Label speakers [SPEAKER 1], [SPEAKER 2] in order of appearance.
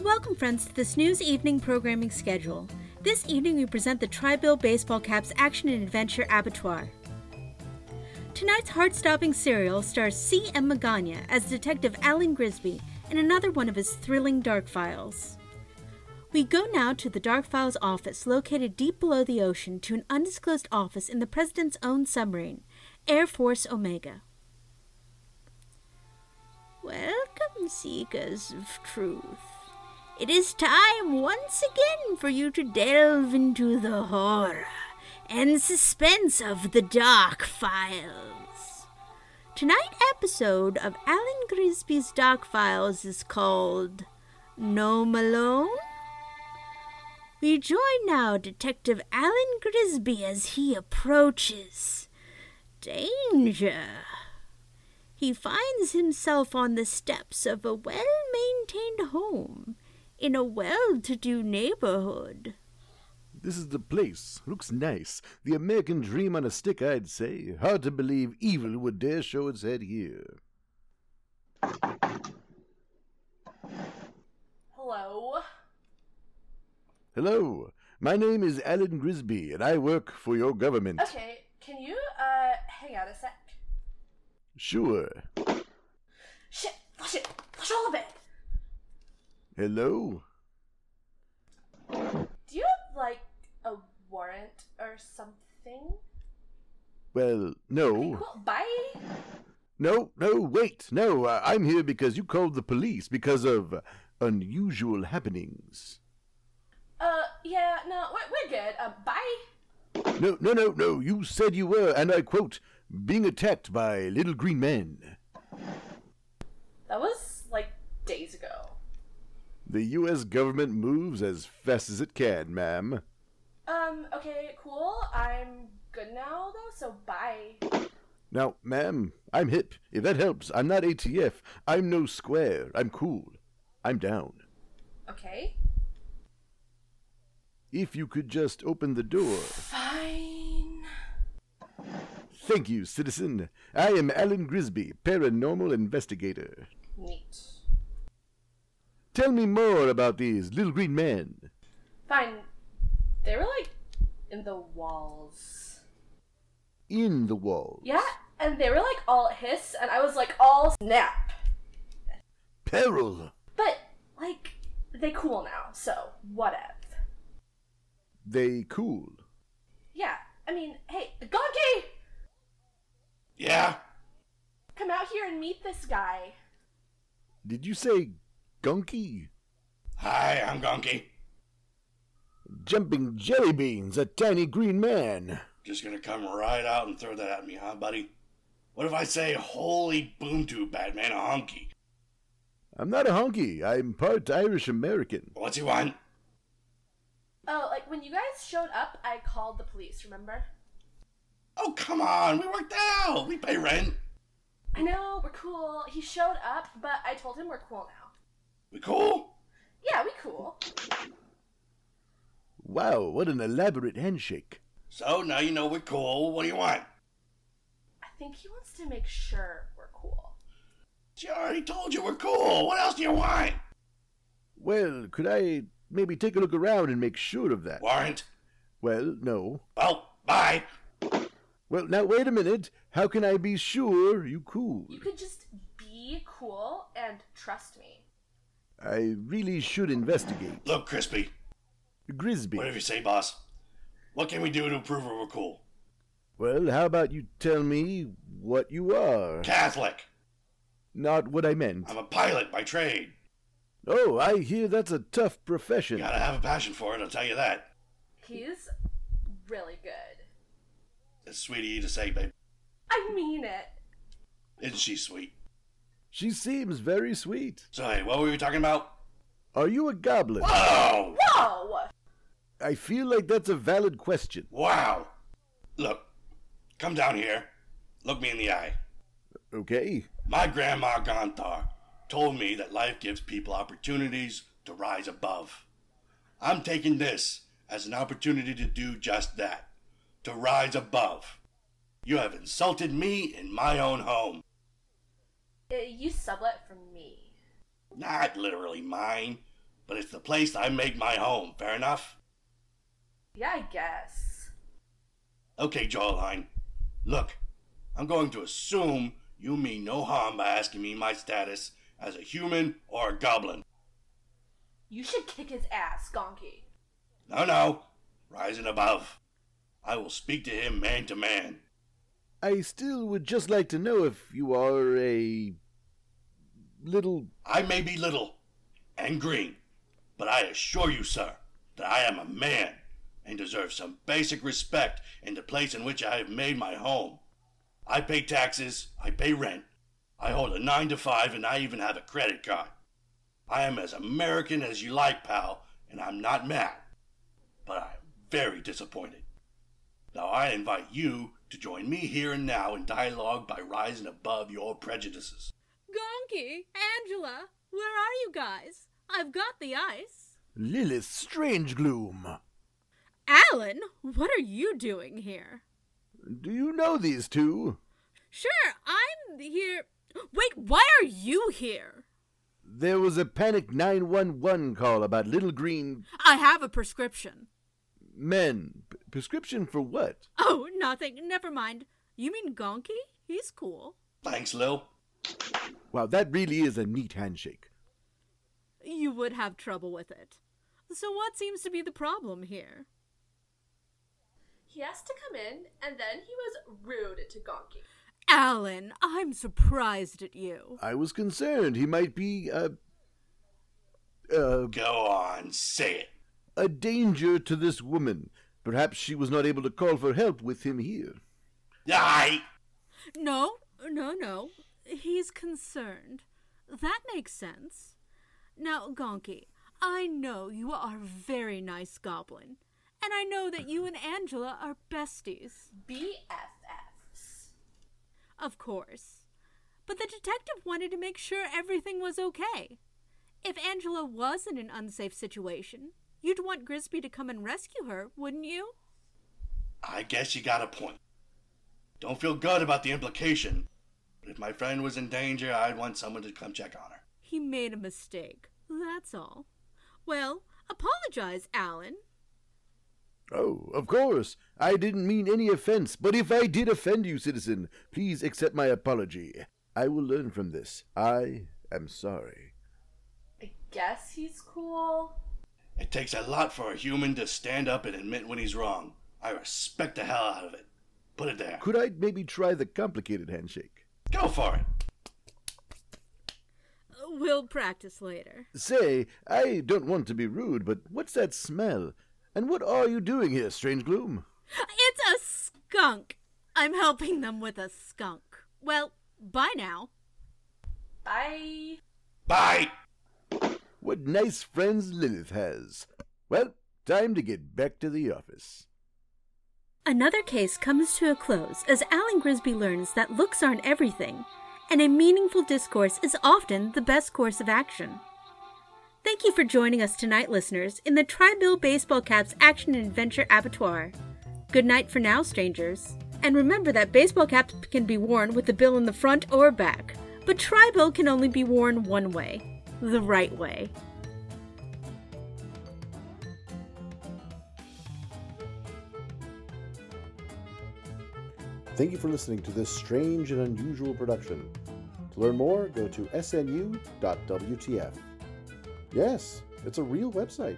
[SPEAKER 1] Welcome, friends, to this news evening programming schedule. This evening, we present the Tri Bill Baseball Caps Action and Adventure Abattoir. Tonight's heart stopping serial stars C.M. Magana as Detective Alan Grisby in another one of his thrilling dark files. We go now to the Dark Files office located deep below the ocean to an undisclosed office in the President's own submarine, Air Force Omega. Welcome, seekers of truth. It is time once again for you to delve into the horror and suspense of the Dark Files. Tonight's episode of Alan Grisby's Dark Files is called No Malone? We join now Detective Alan Grisby as he approaches. Danger! He finds himself on the steps of a well maintained home in a well to do neighborhood.
[SPEAKER 2] This is the place. Looks nice. The American dream on a stick, I'd say. Hard to believe evil would dare show its head here.
[SPEAKER 3] Hello.
[SPEAKER 2] Hello. My name is Alan Grisby, and I work for your government.
[SPEAKER 3] Okay, can you uh hang out a sec?
[SPEAKER 2] Sure.
[SPEAKER 3] Shit, flush it, flush all of it.
[SPEAKER 2] Hello?
[SPEAKER 3] Do you have like a warrant or something?
[SPEAKER 2] Well,
[SPEAKER 3] Okay,
[SPEAKER 2] no.
[SPEAKER 3] cool. Bye.
[SPEAKER 2] No, no, wait. No, uh, I'm here because you called the police because of uh, unusual happenings.
[SPEAKER 3] Uh, yeah, no, we're, we're good. Uh, bye.
[SPEAKER 2] No, no, no, no. You said you were, and I quote, being attacked by little green men.
[SPEAKER 3] That was like days ago.
[SPEAKER 2] The U.S. government moves as fast as it can, ma'am.
[SPEAKER 3] Um, okay, cool. I'm good now though, so bye.
[SPEAKER 2] Now, ma'am, I'm hip. If that helps, I'm not ATF. I'm no square. I'm cool. I'm down.
[SPEAKER 3] Okay.
[SPEAKER 2] If you could just open the door.
[SPEAKER 3] Fine.
[SPEAKER 2] Thank you, citizen. I am Alan Grisby, paranormal investigator.
[SPEAKER 3] Neat.
[SPEAKER 2] Tell me more about these little green men.
[SPEAKER 3] Fine. They were like in the walls.
[SPEAKER 2] In the walls.
[SPEAKER 3] Yeah, and they were like all hiss, and I was like all snap.
[SPEAKER 2] Peril.
[SPEAKER 3] But like they cool now, so what if?
[SPEAKER 2] They cool.
[SPEAKER 3] Yeah, I mean, hey, Gonki,
[SPEAKER 4] Yeah.
[SPEAKER 3] come out here and meet this guy.
[SPEAKER 2] Did you say gunky?
[SPEAKER 4] Hi, I'm Gonky.
[SPEAKER 2] Jumping jelly beans, a tiny green man.
[SPEAKER 4] Just gonna come right out and throw that at me, huh, buddy? What if I say, holy boom tube, Batman, a honky?
[SPEAKER 2] I'm not a honky. I'm part Irish American.
[SPEAKER 4] What's he want?
[SPEAKER 3] Oh, like when you guys showed up, I called the police. Remember?
[SPEAKER 4] Oh, come on, we worked that out. We pay rent.
[SPEAKER 3] I know we're cool. He showed up, but I told him we're cool now.
[SPEAKER 4] We cool?
[SPEAKER 3] Yeah, we cool.
[SPEAKER 2] Wow, what an elaborate handshake.
[SPEAKER 4] So now you know we're cool. What do you want?
[SPEAKER 3] I think he wants to make sure we're cool.
[SPEAKER 4] She already told you we're cool. What else do you want?
[SPEAKER 2] Well, could I maybe take a look around and make sure of that?
[SPEAKER 4] Warrant?
[SPEAKER 2] Well, no.
[SPEAKER 4] Well, bye.
[SPEAKER 2] Well, now wait a minute. How can I be sure you cool?
[SPEAKER 3] You could just be cool and trust me.
[SPEAKER 2] I really should investigate.
[SPEAKER 4] Look, Crispy,
[SPEAKER 2] Grisby.
[SPEAKER 4] whatever you say, boss. What can we do to prove we're cool?
[SPEAKER 2] Well, how about you tell me what you are?
[SPEAKER 4] Catholic.
[SPEAKER 2] Not what I meant.
[SPEAKER 4] I'm a pilot by trade.
[SPEAKER 2] Oh, I hear that's a tough
[SPEAKER 4] You
[SPEAKER 2] profession.
[SPEAKER 4] gotta have a passion for it, I'll tell you that.
[SPEAKER 3] He's really good.
[SPEAKER 4] It's sweet of you to say, babe.
[SPEAKER 3] I mean it.
[SPEAKER 4] Isn't she sweet?
[SPEAKER 2] She seems very sweet.
[SPEAKER 4] So, hey, what were we talking about?
[SPEAKER 2] Are you a goblin?
[SPEAKER 4] Whoa!
[SPEAKER 3] Whoa!
[SPEAKER 2] I feel like that's a valid question.
[SPEAKER 4] Wow! Look, come down here. Look me in the eye.
[SPEAKER 2] Okay.
[SPEAKER 4] My grandma Gonthar told me that life gives people opportunities to rise above. I'm taking this as an opportunity to do just that to rise above. You have insulted me in my own home.
[SPEAKER 3] Uh, You sublet from me.
[SPEAKER 4] Not literally mine. but it's the place I make my home. Fair enough?
[SPEAKER 3] Yeah, I guess.
[SPEAKER 4] Okay, Jawline. Look, I'm going to assume you mean no harm by asking me my status as a human or a goblin.
[SPEAKER 3] You should kick his ass, Gonky.
[SPEAKER 4] No, no. Rising above. I will speak to him man to man.
[SPEAKER 2] I still would just like to know if you are a little.
[SPEAKER 4] I may be little and green, but I assure you, sir, that I am a man and deserve some basic respect in the place in which I have made my home. I pay taxes, I pay rent, I hold a nine to five, and I even have a credit card. I am as American as you like, pal, and I'm not mad, but I am very disappointed. Now I invite you to join me here and now in dialogue by rising above your prejudices.
[SPEAKER 1] Gonky, Angela, where are you guys? I've got the ice.
[SPEAKER 2] Lilith Strange Gloom.
[SPEAKER 1] Alan, what are you doing here?
[SPEAKER 2] Do you know these two?
[SPEAKER 1] Sure, I'm here. Wait, why are you here?
[SPEAKER 2] There was a panic 911 call about little green
[SPEAKER 1] I have a prescription.
[SPEAKER 2] men. P- prescription for what?
[SPEAKER 1] Oh, nothing. Never mind. You mean Gonky? He's cool.
[SPEAKER 4] Thanks, Lil.
[SPEAKER 2] Wow, that really is a neat handshake.
[SPEAKER 1] You would have trouble with it. So, what seems to be the problem here?
[SPEAKER 3] He asked to come in, and then he was rude to Gonky.
[SPEAKER 1] Alan, I'm surprised at you.
[SPEAKER 2] I was concerned he might be a. Uh,
[SPEAKER 4] Go on, say it.
[SPEAKER 2] a danger to this woman. Perhaps she was not able to call for help with him here.
[SPEAKER 4] Aye.
[SPEAKER 1] No, no, no. He's concerned. That makes sense. Now, Gonky, I know you are a very nice goblin, and I know that you and Angela are besties.
[SPEAKER 3] BFFs.
[SPEAKER 1] Of course. But the detective wanted to make sure everything was okay. If Angela was in an unsafe situation, you'd want Grisby to come and rescue her, wouldn't you?
[SPEAKER 4] I guess you got a point. Don't feel good about the implication, but if my friend was in danger, I'd want someone to come check on her.
[SPEAKER 1] He made a mistake. That's all. Well, apologize, Alan.
[SPEAKER 2] Oh, of course. I didn't mean any offense, but if I did offend you, citizen, please accept my apology. I will learn from this. I am sorry.
[SPEAKER 3] I guess he's cool.
[SPEAKER 4] It takes a lot for a human to stand up and admit when he's wrong. I respect the hell out of it. Put it there.
[SPEAKER 2] Could I maybe try the complicated handshake?
[SPEAKER 4] Go for it.
[SPEAKER 1] Uh, We'll practice later.
[SPEAKER 2] Say, I don't want to be rude, but what's that smell? And what are you doing here, Strange Gloom?
[SPEAKER 1] It's a skunk! I'm helping them with a skunk. Well, bye now.
[SPEAKER 3] Bye.
[SPEAKER 4] Bye.
[SPEAKER 2] What nice friends Lilith has. Well, time to get back to the office.
[SPEAKER 1] Another case comes to a close as Alan Grisby learns that looks aren't everything, and a meaningful discourse is often the best course of action. Thank you for joining us tonight, listeners, in the Tri-Bill Baseball Caps Action and Adventure Abattoir. Good night for now, strangers. And remember that baseball caps can be worn with the bill in the front or back, but tri-bill can only be worn one way the right way.
[SPEAKER 2] Thank you for listening to this strange and unusual production. To learn more, go to snu.wtf. Yes, it's a real website.